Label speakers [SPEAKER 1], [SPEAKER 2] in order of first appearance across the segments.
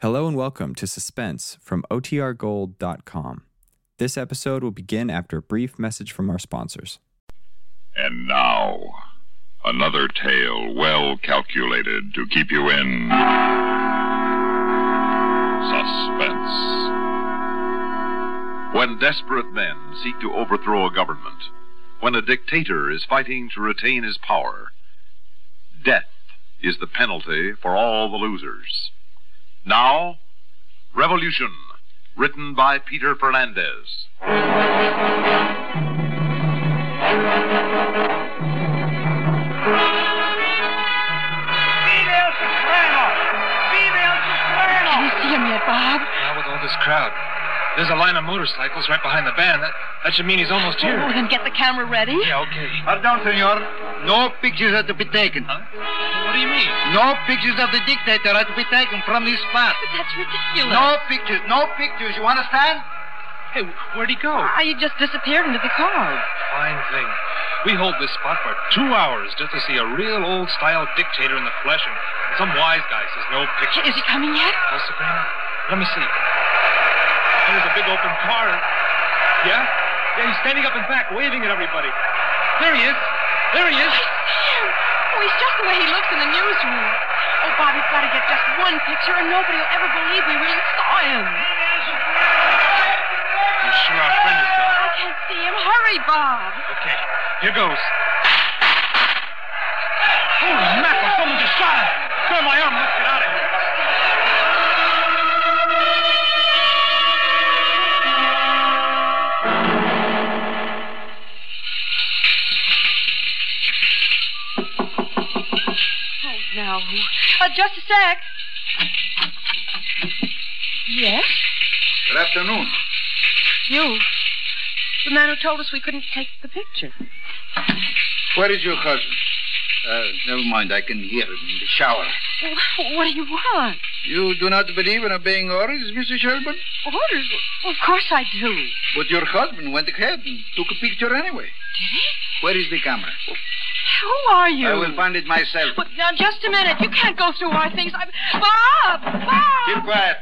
[SPEAKER 1] Hello and welcome to Suspense from OTRGold.com. This episode will begin after a brief message from our sponsors.
[SPEAKER 2] And now, another tale well calculated to keep you in suspense.
[SPEAKER 3] When desperate men seek to overthrow a government, when a dictator is fighting to retain his power, death is the penalty for all the losers. Now, Revolution, written by Peter Fernandez.
[SPEAKER 4] Female soprano! Female soprano!
[SPEAKER 5] Can you see him yet, Bob?
[SPEAKER 6] Now with all this crowd. There's a line of motorcycles right behind the band. That, that should mean he's almost here.
[SPEAKER 5] Oh, then get the camera ready.
[SPEAKER 6] Yeah, okay.
[SPEAKER 7] Pardon, senor. No pictures are to be taken.
[SPEAKER 6] What do you mean?
[SPEAKER 7] No pictures of the dictator are to be taken from this spot.
[SPEAKER 5] But that's ridiculous.
[SPEAKER 7] No pictures, no pictures. You understand?
[SPEAKER 6] Hey, where'd he go?
[SPEAKER 5] Ah, you just disappeared into the crowd.
[SPEAKER 6] Fine thing. We hold this spot for two hours just to see a real old style dictator in the flesh, and some wise guy says no picture.
[SPEAKER 5] Is he coming yet?
[SPEAKER 6] Oh, Sabrina, let me see. There's a big open car. Yeah? Yeah, he's standing up and back, waving at everybody. There he is. There he is.
[SPEAKER 5] I see him. Oh, he's just the way he looks in the newsroom. Oh, Bob, we've got to get just one picture, and nobody will ever believe we really saw him.
[SPEAKER 4] Female soprano!
[SPEAKER 6] You sure our friend is gone.
[SPEAKER 5] I can't see him. Hurry, Bob.
[SPEAKER 6] Okay, here goes. Holy mackerel, someone just shot him. Grab my arm, let's get out of here.
[SPEAKER 5] Oh, no. Uh, just a sec. Yes?
[SPEAKER 7] Good afternoon.
[SPEAKER 5] You. The man who told us we couldn't take the picture.
[SPEAKER 7] Where is your husband? Uh, never mind. I can hear him in the shower.
[SPEAKER 5] Well, what do you want?
[SPEAKER 7] You do not believe in obeying orders, Mrs. Shelburne?
[SPEAKER 5] Orders? Well, of course I do. Did
[SPEAKER 7] But your husband went ahead and took a picture anyway.
[SPEAKER 5] he?
[SPEAKER 7] Where is the camera?
[SPEAKER 5] Who are you?
[SPEAKER 7] I will find it myself.
[SPEAKER 5] But now, just a minute. You can't go through our things. I'm... Bob! Bob!
[SPEAKER 7] Keep quiet.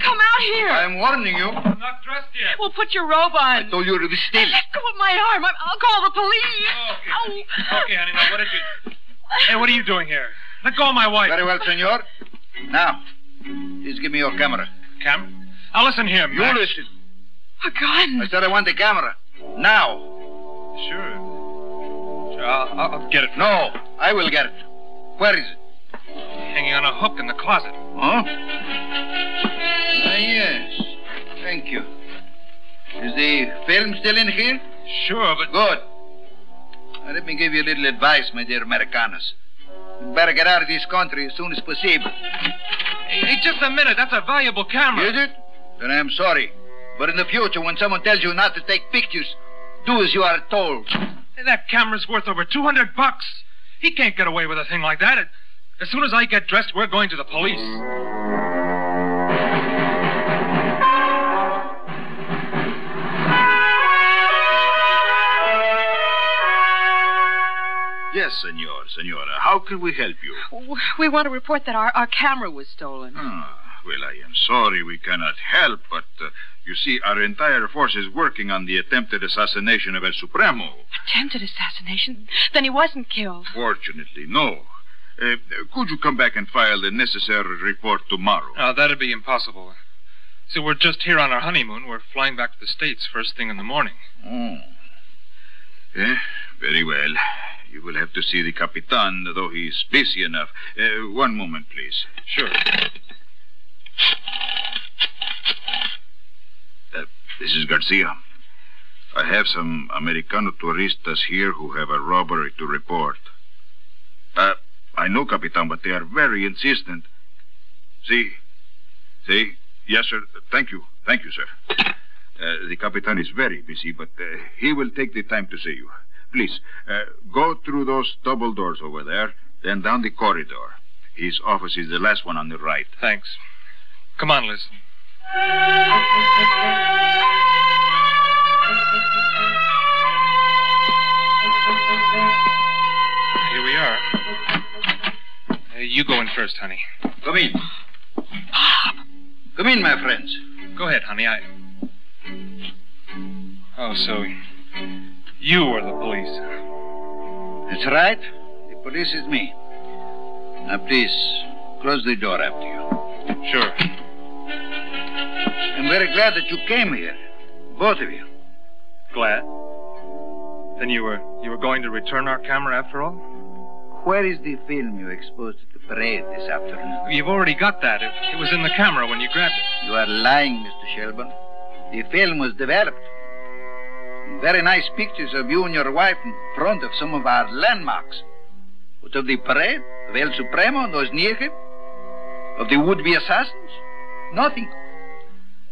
[SPEAKER 5] Come out here.
[SPEAKER 7] I am warning you. I
[SPEAKER 6] not dressed yet.
[SPEAKER 5] Well, put your robe on.
[SPEAKER 7] told you to be still.
[SPEAKER 5] Let go of my arm. I'm, I'll call the police. Oh.
[SPEAKER 6] Okay, honey, now what did you... Hey, what are you doing here? Let go of my wife.
[SPEAKER 7] Very well, senor. Now, please give me your camera.
[SPEAKER 6] Cam. Now listen here,
[SPEAKER 7] You
[SPEAKER 6] Mac.
[SPEAKER 7] listen.
[SPEAKER 5] A gun.
[SPEAKER 7] I said I want the camera. Now.
[SPEAKER 6] Sure. Sure, I'll, I'll- I'll get it.
[SPEAKER 7] No, I will get it. Where is it?
[SPEAKER 6] Hanging on a hook in the closet.
[SPEAKER 7] Huh? Ah, yes. Thank you. Is the film still in here?
[SPEAKER 6] Sure, but...
[SPEAKER 7] Good. Now, let me give you a little advice, my dear Americanos. You better get out of this country as soon as possible.
[SPEAKER 6] Hey, just a minute. That's a valuable camera.
[SPEAKER 7] Is it? Then I'm sorry. But in the future, when someone tells you not to take pictures, do as you are told.
[SPEAKER 6] Hey, That camera's worth over 200 bucks. He can't get away with a thing like that. It- As soon as I get dressed, we're going to the police.
[SPEAKER 3] Yes, senor, senora. How can we help you?
[SPEAKER 5] We want to report that our, our camera was stolen.
[SPEAKER 3] Ah, well, I am sorry we cannot help, but uh, you see, our entire force is working on the attempted assassination of El Supremo.
[SPEAKER 5] Attempted assassination. Then he wasn't killed.
[SPEAKER 3] Fortunately, no. Uh, could you come back and file the necessary report tomorrow?
[SPEAKER 6] Uh, that'd be impossible. See, we're just here on our honeymoon. We're flying back to the States first thing in the morning.
[SPEAKER 3] Oh. Eh, very well. You will have to see the Capitan, though he's busy enough. Uh, one moment, please.
[SPEAKER 6] Sure.
[SPEAKER 3] Uh, This is Garcia. I have some Americano turistas here who have a robbery to report. Uh, I know, Capitan, but they are very insistent. See? See? Yes, sir. Thank you. Thank you, sir. Uh, the Capitan is very busy, but uh, he will take the time to see you. Please, uh, go through those double doors over there, then down the corridor. His office is the last one on the right.
[SPEAKER 6] Thanks. Come on, Liz. Here we are. Uh, you go in first, honey.
[SPEAKER 7] Come in.
[SPEAKER 5] Bob,
[SPEAKER 7] Come in, my friends.
[SPEAKER 6] Go ahead, honey. I. Oh, so you were the police.
[SPEAKER 7] That's right. The police is me. Now, please, close the door after you.
[SPEAKER 6] Sure.
[SPEAKER 7] I'm very glad that you came here. Both of you.
[SPEAKER 6] Glad. Then you were you were going to return our camera after all?
[SPEAKER 7] Where is the film you exposed at the parade this afternoon?
[SPEAKER 6] You've already got that. It, it was in the camera when you grabbed it.
[SPEAKER 7] You are lying, Mr. Shelburne. The film was developed. Very nice pictures of you and your wife in front of some of our landmarks. But of the parade, of El Supremo and those near him, of the would-be assassins, nothing.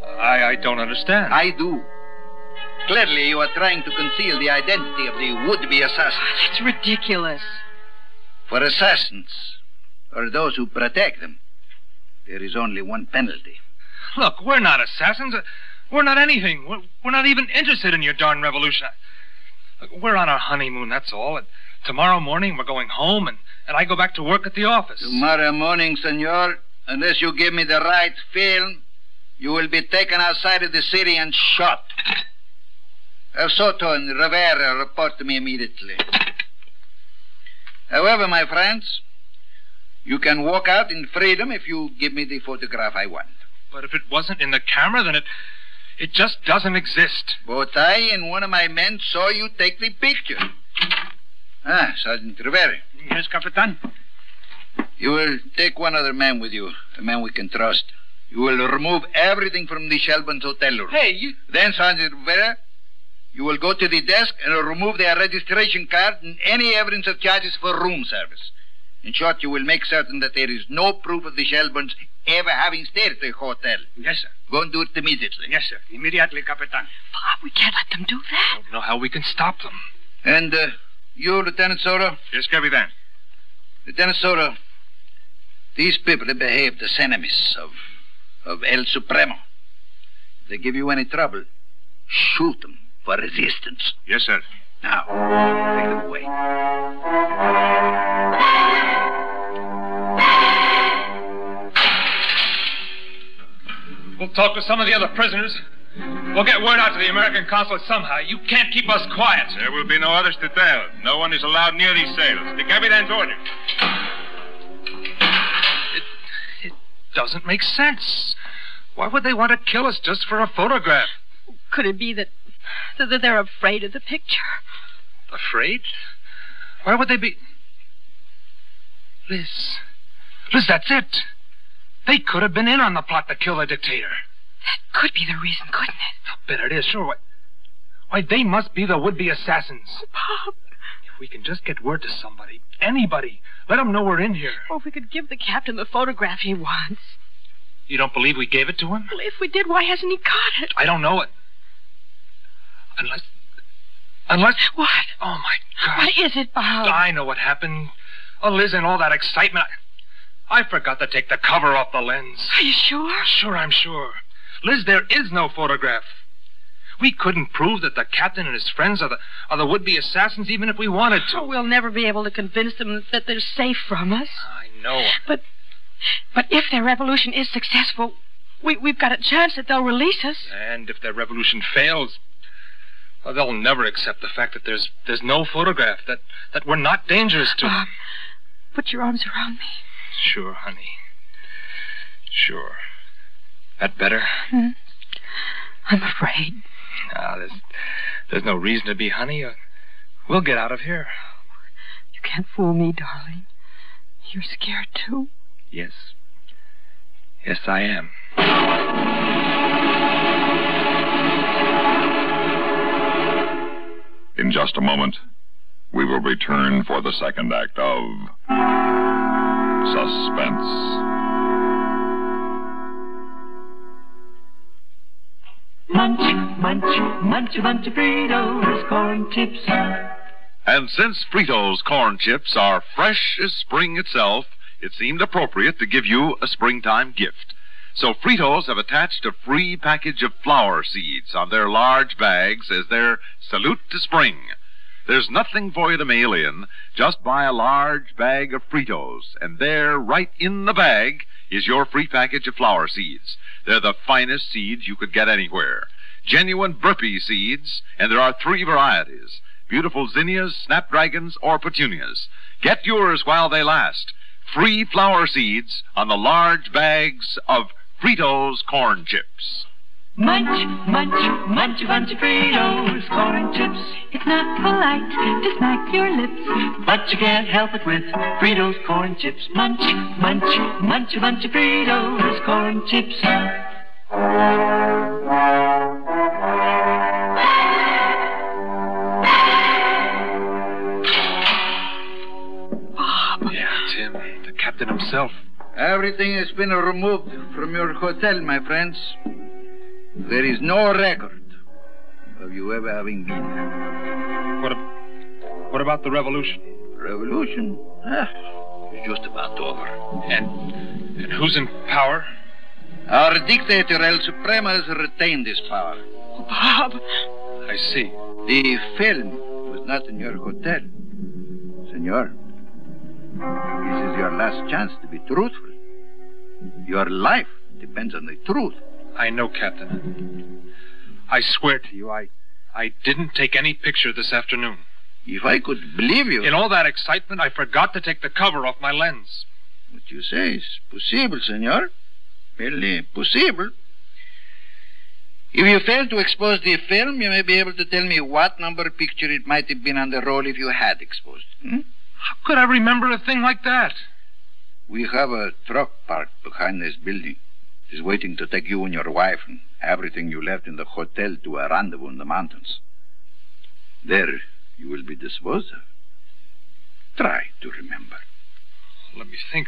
[SPEAKER 6] I I don't understand.
[SPEAKER 7] I do. Clearly, you are trying to conceal the identity of the would-be assassins.
[SPEAKER 5] That's ridiculous.
[SPEAKER 7] For assassins, or those who protect them, there is only one penalty.
[SPEAKER 6] Look, we're not assassins. We're not anything. We're, we're not even interested in your darn revolution. Look, We're on our honeymoon, that's all. And tomorrow morning, we're going home, and, and I go back to work at the office.
[SPEAKER 7] Tomorrow morning, senor, unless you give me the right film, you will be taken outside of the city and shot. El Soto and Rivera report to me immediately. However, my friends, you can walk out in freedom if you give me the photograph I want.
[SPEAKER 6] But if it wasn't in the camera, then it it just doesn't exist.
[SPEAKER 7] Both I and one of my men saw you take the picture. Ah, Sergeant Rivera,
[SPEAKER 6] Yes, Capitan.
[SPEAKER 7] you will take one other man with you, a man we can trust. You will remove everything from the Shelburne's hotel room.
[SPEAKER 6] Hey, you.
[SPEAKER 7] Then, Sergeant Rivera, you will go to the desk and remove their registration card and any evidence of charges for room service. In short, you will make certain that there is no proof of the Shelburnes ever having stayed at the hotel.
[SPEAKER 6] Yes, sir.
[SPEAKER 7] Go and do it immediately.
[SPEAKER 6] Yes, sir. Immediately, Capitan.
[SPEAKER 5] Bob, we can't let them do
[SPEAKER 6] I
[SPEAKER 5] that.
[SPEAKER 6] don't know how we can stop them.
[SPEAKER 7] And uh, you, Lieutenant Soto?
[SPEAKER 8] Yes, Capitan.
[SPEAKER 7] Lieutenant Soto, these people have behaved as enemies of, of El Supremo. If they give you any trouble, shoot them for resistance.
[SPEAKER 8] Yes, sir.
[SPEAKER 7] Now, take them away.
[SPEAKER 6] We'll talk to some of the other prisoners. We'll get word out to the American consulate somehow. You can't keep us quiet.
[SPEAKER 8] There will be no others to tell. No one is allowed near these sails. The Capitan's order.
[SPEAKER 6] Doesn't make sense. Why would they want to kill us just for a photograph?
[SPEAKER 5] Could it be that, that that they're afraid of the picture?
[SPEAKER 6] Afraid? Why would they be. Liz. Liz, that's it. They could have been in on the plot to kill the dictator.
[SPEAKER 5] Could be the reason, couldn't it?
[SPEAKER 6] I bet it is, sure. Why, why they must be the would be assassins.
[SPEAKER 5] Bob,
[SPEAKER 6] If we can just get word to somebody, anybody, let them know we're in here.
[SPEAKER 5] or if we could give the captain the photograph he wants.
[SPEAKER 6] You don't believe we gave it to him?
[SPEAKER 5] Well, if we did, why hasn't he got it?
[SPEAKER 6] I don't know it. Unless. Unless.
[SPEAKER 5] What?
[SPEAKER 6] Oh, my God.
[SPEAKER 5] What is it, Bob?
[SPEAKER 6] I know what happened. Oh, Liz, and all that excitement. I, I forgot to take the cover off the lens.
[SPEAKER 5] Are you sure?
[SPEAKER 6] Sure, I'm sure. Liz, there is no photograph. We couldn't prove that the captain and his friends are the, are the would be assassins, even if we wanted to.
[SPEAKER 5] Oh, we'll never be able to convince them that they're safe from us.
[SPEAKER 6] I know.
[SPEAKER 5] But if their revolution is successful, we, we've got a chance that they'll release us.
[SPEAKER 6] And if their revolution fails, well, they'll never accept the fact that there's there's no photograph, that, that we're not dangerous to
[SPEAKER 5] Bob, put your arms around me.
[SPEAKER 6] Sure, honey. Sure. That better?
[SPEAKER 5] I'm afraid.
[SPEAKER 6] Ah, there's, there's no reason to be, honey. Uh, We'll get out of here.
[SPEAKER 5] You can't fool me, darling. You're scared, too.
[SPEAKER 6] Yes. Yes, I am.
[SPEAKER 9] In just a moment, we will return for the second act of Suspense.
[SPEAKER 3] And since Fritos corn chips are fresh as spring itself, it seemed appropriate to give you a springtime gift. So Fritos have attached a free package of flower seeds on their large bags as their salute to spring. There's nothing for you to mail in. Just buy a large bag of Fritos, and there, right in the bag, is your free package of flower seeds. They're the finest seeds you could get anywhere. Genuine Burpee seeds, and there are three varieties beautiful zinnias, snapdragons, or petunias. Get yours while they last. Free flower seeds on the large bags of Fritos corn chips.
[SPEAKER 10] Munch, munch, munch a bunch of Fritos corn chips. It's not polite to smack your lips, but you can't help it with Fritos corn chips. Munch, munch, munch a bunch of Fritos corn chips.
[SPEAKER 5] Oh,
[SPEAKER 6] Yeah, Tim, the captain himself.
[SPEAKER 7] Everything has been removed from your hotel, my friends. There is no record of you ever having been there.
[SPEAKER 6] What, ab- what about the revolution?
[SPEAKER 7] Revolution? Ah, it's just about over.
[SPEAKER 6] And, and who's in power?
[SPEAKER 7] Our dictator El Supremo has retained his power.
[SPEAKER 5] Oh, Bob.
[SPEAKER 6] I see.
[SPEAKER 7] The film was not in your hotel. Senor, this is your last chance to be truthful. Your life depends on the truth.
[SPEAKER 6] I know, Captain. I swear to you, I, I didn't take any picture this afternoon.
[SPEAKER 7] If I could believe you,
[SPEAKER 6] In all that excitement, I forgot to take the cover off my lens.
[SPEAKER 7] what you say is possible, senor. Merely possible. If you fail to expose the film, you may be able to tell me what number picture it might have been on the roll if you had exposed. it, Hmm?
[SPEAKER 6] How could I remember a thing like that?
[SPEAKER 7] We have a truck parked behind this building. It is waiting to take you and your wife and everything you left in the hotel to a rendezvous in the mountains. There you will be disposed of. Try to remember.
[SPEAKER 6] Let me think.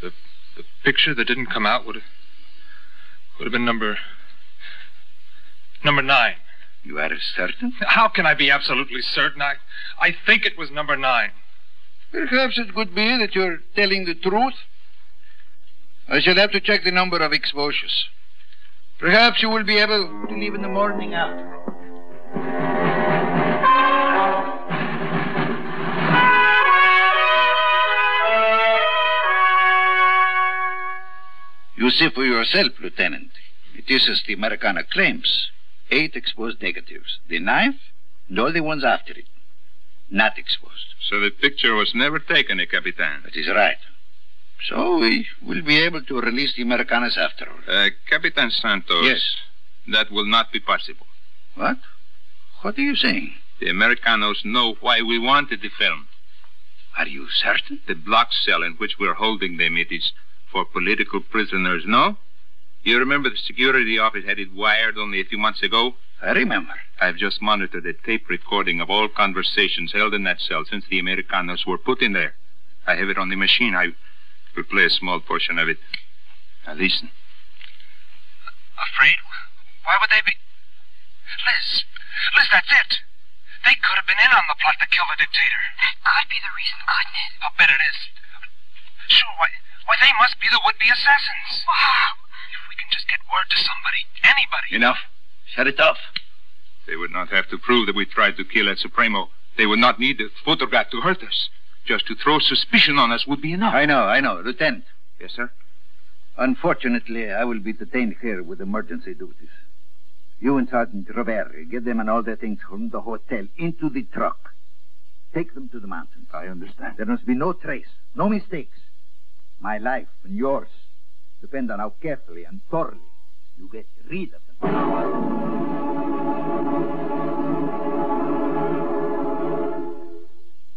[SPEAKER 6] The the picture that didn't come out would have would have been number number nine.
[SPEAKER 7] You are certain?
[SPEAKER 6] How can I be absolutely certain? I I think it was number nine.
[SPEAKER 7] Perhaps it could be that you're telling the truth. I shall have to check the number of exposures. Perhaps you will be able to leave in the morning after. You see for yourself, Lieutenant. It is as the Americana claims. Eight exposed negatives. The ninth, and all the ones after it, not exposed.
[SPEAKER 8] So the picture was never taken, eh, Capitan?
[SPEAKER 7] That is right. So we will be able to release the Americanas after all.
[SPEAKER 8] Uh, Capitan Santos.
[SPEAKER 7] Yes.
[SPEAKER 8] That will not be possible.
[SPEAKER 7] What? What are you saying?
[SPEAKER 8] The Americanos know why we wanted the film.
[SPEAKER 7] Are you certain?
[SPEAKER 8] The block cell in which we're holding them, it is for political prisoners, no? You remember the security office had it wired only a few months ago?
[SPEAKER 7] I remember.
[SPEAKER 8] I've just monitored a tape recording of all conversations held in that cell since the Americanos were put in there. I have it on the machine. I will play a small portion of it. Now listen.
[SPEAKER 6] Afraid? Why would they be? Liz, Liz, that's it. They could have been in on the plot to kill the dictator.
[SPEAKER 5] That could be the reason, couldn't it?
[SPEAKER 6] I'll bet it is. Sure, why? Why they must be the would-be assassins.
[SPEAKER 5] Bob.
[SPEAKER 6] If we can just get word to somebody, anybody.
[SPEAKER 8] Enough.
[SPEAKER 7] Shut it off.
[SPEAKER 8] They would not have to prove that we tried to kill El Supremo. They would not need the photograph to hurt us. Just to throw suspicion on us would be enough.
[SPEAKER 7] I know, I know. Lieutenant,
[SPEAKER 8] Yes, sir.
[SPEAKER 7] unfortunately, I will be detained here with emergency duties. You and Sergeant Robert, get them and all their things from the hotel into the truck. Take them to the mountain. I understand. There must be no trace, no mistakes. My life and yours depend on how carefully and thoroughly you get rid of them.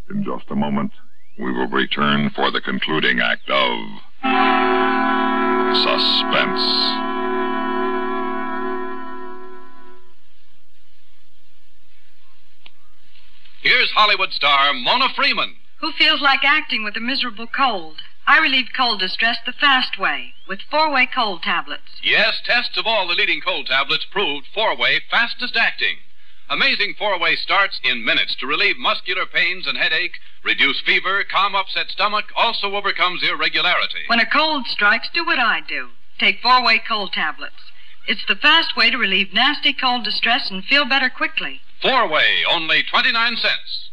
[SPEAKER 9] In just a moment, we will return for the concluding act of Suspense.
[SPEAKER 3] Here's Hollywood star Mona Freeman.
[SPEAKER 5] Who feels like acting with a miserable cold? I relieve cold distress the fast way with four way cold tablets.
[SPEAKER 3] Yes, tests of all the leading cold tablets proved four way fastest acting. Amazing four way starts in minutes to relieve muscular pains and headache, reduce fever, calm upset stomach, also overcomes irregularity.
[SPEAKER 5] When a cold strikes, do what I do take four way cold tablets. It's the fast way to relieve nasty cold distress and feel better quickly.
[SPEAKER 3] Four way, only 29 cents.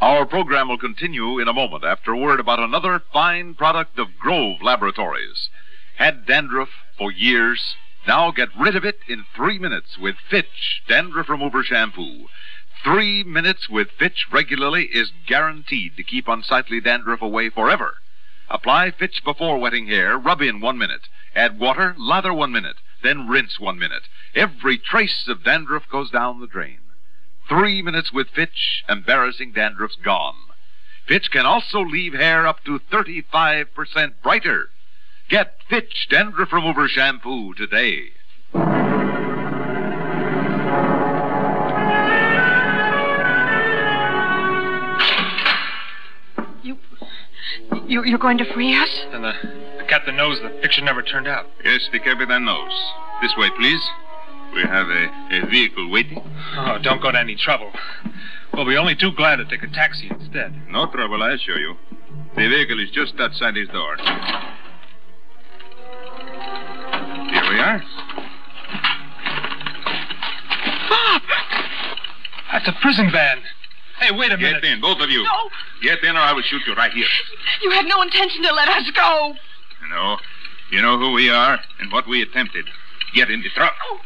[SPEAKER 11] Our program will continue in a moment after a word about another fine product of Grove Laboratories. Had dandruff for years? Now get rid of it in three minutes with Fitch Dandruff Remover Shampoo. Three minutes with Fitch regularly is guaranteed to keep unsightly dandruff away forever. Apply Fitch before wetting hair, rub in one minute, add water, lather one minute, then rinse one minute. Every trace of dandruff goes down the drain. Three minutes with Fitch, embarrassing dandruff's gone. Fitch can also leave hair up to 35% brighter. Get Fitch Dandruff Remover Shampoo today.
[SPEAKER 5] You, you, you're going to free us?
[SPEAKER 6] And the, the captain knows the picture never turned out.
[SPEAKER 3] Yes, the captain knows. This way, please. We have a, a vehicle waiting.
[SPEAKER 6] Oh, don't go to any trouble. We'll be only too glad to take a taxi instead.
[SPEAKER 3] No trouble, I assure you. The vehicle is just outside his door. Here we are.
[SPEAKER 6] That's a prison van. Hey, wait a minute.
[SPEAKER 3] Get in, both of you.
[SPEAKER 5] No,
[SPEAKER 3] Get in, or I will shoot you right here.
[SPEAKER 5] you had no intention to let us go.
[SPEAKER 3] No. You know who we are and what we attempted. Get in the truck.
[SPEAKER 5] Oh,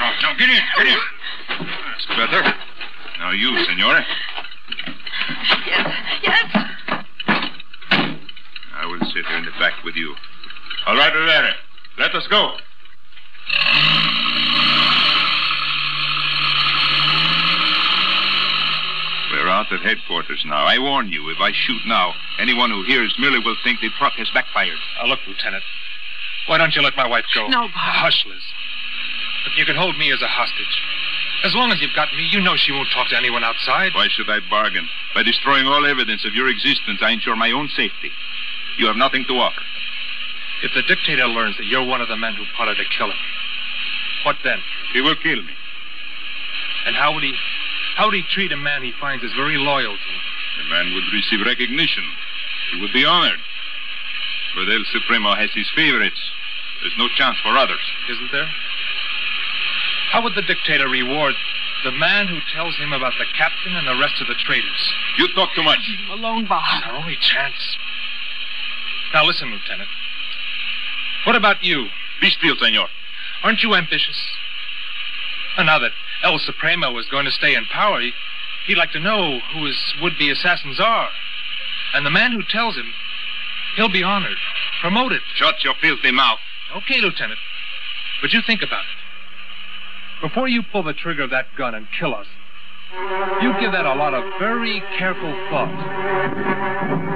[SPEAKER 3] No, no, get in, get in. That's better. Now you, senora.
[SPEAKER 5] yes, yes.
[SPEAKER 3] I will sit here in the back with you. All right, Rivera. Let us go. We're out at headquarters now. I warn you, if I shoot now, anyone who hears merely will think the truck has backfired.
[SPEAKER 6] Uh, look, Lieutenant. Why don't you let my wife go?
[SPEAKER 5] No,
[SPEAKER 6] Now,
[SPEAKER 5] Bob.
[SPEAKER 6] hush, Liz. Look, you can hold me as a hostage. As long as you've got me, you know she won't talk to anyone outside.
[SPEAKER 3] Why should I bargain? By destroying all evidence of your existence, I ensure my own safety. You have nothing to offer.
[SPEAKER 6] If the dictator learns that you're one of the men who plotted to kill him, what then?
[SPEAKER 3] He will kill me.
[SPEAKER 6] And how would he, how would he treat a man he finds is very loyal to him?
[SPEAKER 3] The man would receive recognition. He would be honored. But El Supremo has his favorites. There's no chance for others.
[SPEAKER 6] isn't there? How would the dictator reward the man who tells him about the captain and the rest of the traitors?
[SPEAKER 3] You talk too much.
[SPEAKER 5] Alone, Bob.
[SPEAKER 6] It's our only chance. Now listen, Lieutenant. What about you?
[SPEAKER 3] Be still, senor.
[SPEAKER 6] Aren't you ambitious? And now that El Supremo is going to stay in power, he, he'd like to know who his would-be assassins are. And the man who tells him, he'll be honored, promoted.
[SPEAKER 3] Shut your filthy mouth.
[SPEAKER 6] Okay, Lieutenant. But you think about it. Before you pull the trigger of that gun and kill us, you give that a lot of very careful thought.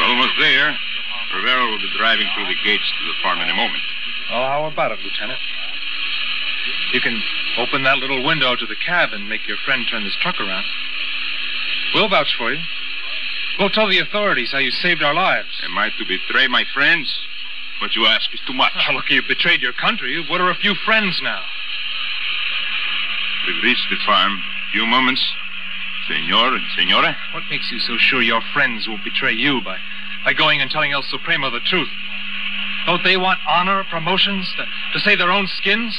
[SPEAKER 3] We're almost there. Rivera will be driving through the gates to the farm in a moment.
[SPEAKER 6] Well, Oh, how about it, Lieutenant? You can open that little window to the cab and make your friend turn this truck around. We'll vouch for you. We'll tell the authorities how you saved our lives.
[SPEAKER 3] Am I to betray my friends? What you ask is too much.
[SPEAKER 6] Oh, look, you betrayed your country. What are a few friends now?
[SPEAKER 3] We've reached the farm. Few moments. Senor and senora,
[SPEAKER 6] What makes you so sure your friends will betray you by, by going and telling El Supremo the truth? Don't they want honor, promotions, to, to save their own skins?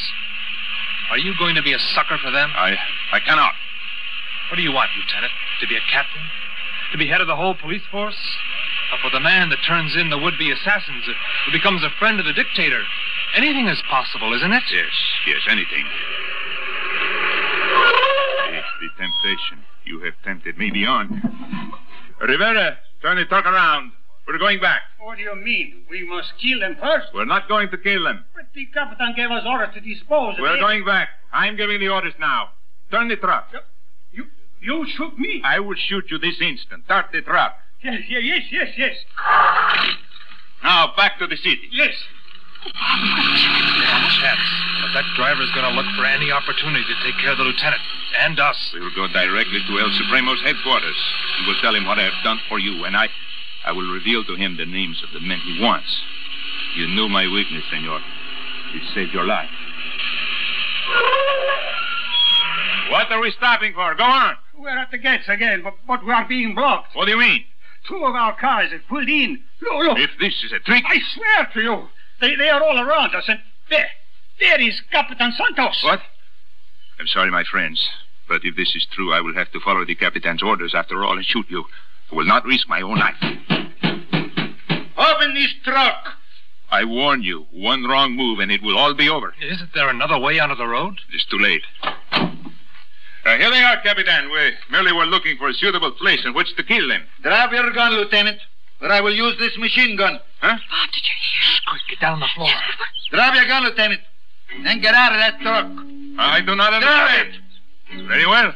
[SPEAKER 6] Are you going to be a sucker for them?
[SPEAKER 3] I I cannot.
[SPEAKER 6] What do you want, Lieutenant? To be a captain? To be head of the whole police force? Or for the man that turns in the would-be assassins, uh, who becomes a friend of the dictator? Anything is possible, isn't it?
[SPEAKER 3] Yes, yes, anything. It's the temptation. You have tempted me beyond. Rivera, turn the truck around. We're going back.
[SPEAKER 7] What do you mean? We must kill them first?
[SPEAKER 3] We're not going to kill them.
[SPEAKER 7] But the captain gave us orders to dispose of
[SPEAKER 3] We're
[SPEAKER 7] it.
[SPEAKER 3] going back. I'm giving the orders now. Turn the truck.
[SPEAKER 7] You, you shoot me?
[SPEAKER 3] I will shoot you this instant. Start the truck.
[SPEAKER 7] Yes, yes, yes, yes, yes.
[SPEAKER 3] Now back to the city.
[SPEAKER 7] Yes.
[SPEAKER 6] Not a chance. But that driver's going to look for any opportunity to take care of the lieutenant and us.
[SPEAKER 3] We will go directly to El Supremo's headquarters and will tell him what I have done for you, and I, I will reveal to him the names of the men he wants. You knew my weakness, senor. It saved your life. What are we stopping for? Go on.
[SPEAKER 7] We're at the gates again, but, but we are being blocked.
[SPEAKER 3] What do you mean?
[SPEAKER 7] Two of our cars have pulled in. Look, look.
[SPEAKER 3] If this is a trick,
[SPEAKER 7] I swear to you.
[SPEAKER 4] They, they are all around us, and there, there is Capitan Santos.
[SPEAKER 8] What? I'm sorry, my friends, but if this is true, I will have to follow the Capitan's orders after all and shoot you. I will not risk my own life.
[SPEAKER 7] Open this truck.
[SPEAKER 3] I warn you, one wrong move and it will all be over.
[SPEAKER 6] Isn't there another way out of the road?
[SPEAKER 3] It's too late. Uh, here they are, Capitan. We merely were looking for a suitable place in which to kill them.
[SPEAKER 7] Drop your gun, Lieutenant, or I will use this machine gun.
[SPEAKER 5] Bob, did you hear?
[SPEAKER 6] Quick, get down on the floor.
[SPEAKER 7] Drop your gun, Lieutenant, and get out of that truck.
[SPEAKER 3] I do not
[SPEAKER 7] Drop
[SPEAKER 3] understand.
[SPEAKER 7] it.
[SPEAKER 3] Very well.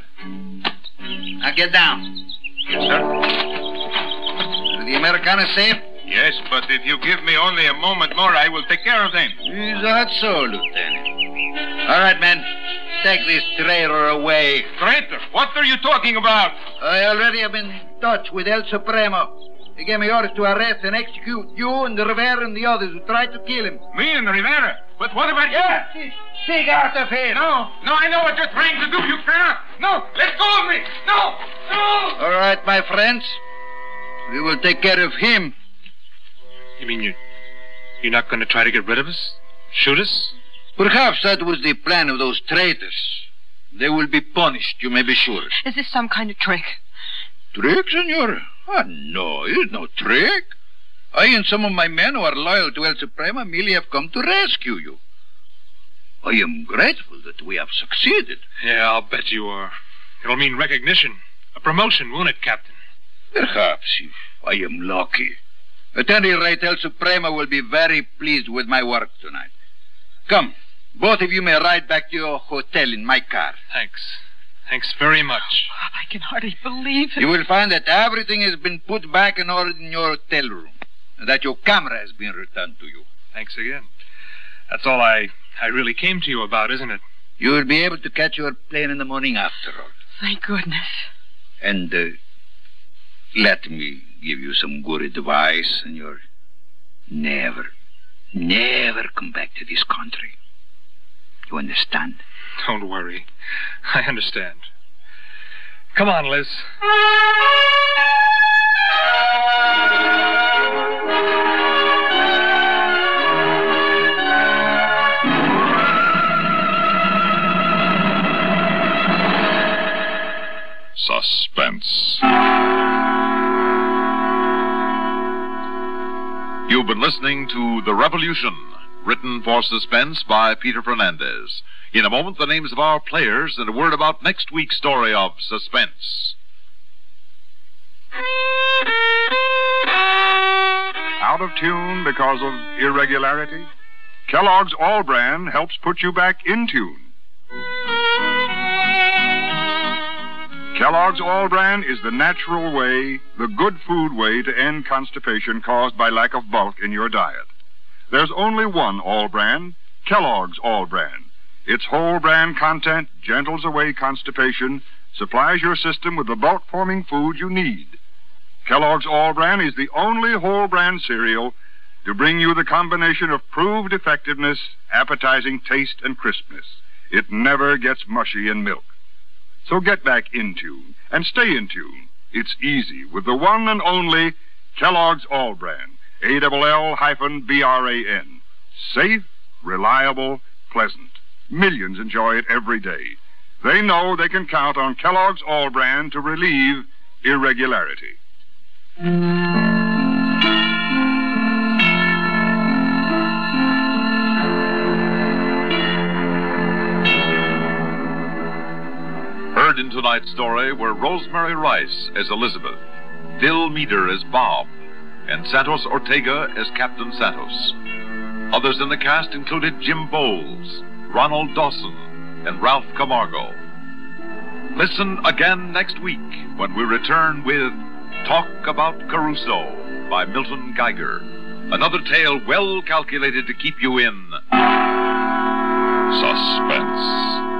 [SPEAKER 7] Now get down.
[SPEAKER 3] Yes, sir.
[SPEAKER 7] Are the Americana safe?
[SPEAKER 3] Yes, but if you give me only a moment more, I will take care of them.
[SPEAKER 7] Is that so, Lieutenant? All right, men. Take this traitor away.
[SPEAKER 3] Traitor, what are you talking about?
[SPEAKER 7] I already have been in touch with El Supremo. He gave me orders to arrest and execute you and Rivera and the others who tried to kill him.
[SPEAKER 3] Me and Rivera. But what about you?
[SPEAKER 7] Take out of here.
[SPEAKER 3] No, no, I know what you're trying to do. You cannot. No, let go of me. No, no.
[SPEAKER 7] All right, my friends. We will take care of him.
[SPEAKER 6] You mean you, you're not going to try to get rid of us? Shoot us?
[SPEAKER 7] Perhaps that was the plan of those traitors. They will be punished, you may be sure.
[SPEAKER 5] Is this some kind of trick?
[SPEAKER 7] Trick, senor? Ah, no, it's no trick. I and some of my men who are loyal to El Suprema merely have come to rescue you. I am grateful that we have succeeded.
[SPEAKER 6] Yeah, I'll bet you are. It'll mean recognition. A promotion, won't it, Captain?
[SPEAKER 7] Perhaps if I am lucky. At any rate, El Suprema will be very pleased with my work tonight. Come, both of you may ride back to your hotel in my car.
[SPEAKER 6] Thanks. Thanks very much.
[SPEAKER 5] Bob, I can hardly believe it.
[SPEAKER 7] You will find that everything has been put back in order in your hotel room, and that your camera has been returned to you.
[SPEAKER 6] Thanks again. That's all I, I really came to you about, isn't it?
[SPEAKER 7] You will be able to catch your plane in the morning after all.
[SPEAKER 5] Thank goodness.
[SPEAKER 7] And uh, let me give you some good advice, senor. Never, never come back to this country. You understand?
[SPEAKER 6] Don't worry. I understand. Come on, Liz.
[SPEAKER 9] Suspense.
[SPEAKER 3] You've been listening to The Revolution, written for suspense by Peter Fernandez. In a moment, the names of our players and a word about next week's story of suspense.
[SPEAKER 9] Out of tune because of irregularity? Kellogg's All Bran helps put you back in tune. Kellogg's All Bran is the natural way, the good food way to end constipation caused by lack of bulk in your diet. There's only one All Bran, Kellogg's All Bran. Its whole bran content gentles away constipation, supplies your system with the bulk forming food you need. Kellogg's All Bran is the only whole bran cereal to bring you the combination of proved effectiveness, appetizing taste, and crispness. It never gets mushy in milk. So get back in tune and stay in tune. It's easy with the one and only Kellogg's All Bran, A L L hyphen B R A N. Safe, reliable, pleasant. Millions enjoy it every day. They know they can count on Kellogg's All Bran to relieve irregularity.
[SPEAKER 3] Heard in tonight's story were Rosemary Rice as Elizabeth, Phil Meader as Bob, and Santos Ortega as Captain Santos. Others in the cast included Jim Bowles, Ronald Dawson, and Ralph Camargo. Listen again next week when we return with Talk About Caruso by Milton Geiger. Another tale well calculated to keep you in
[SPEAKER 9] Suspense.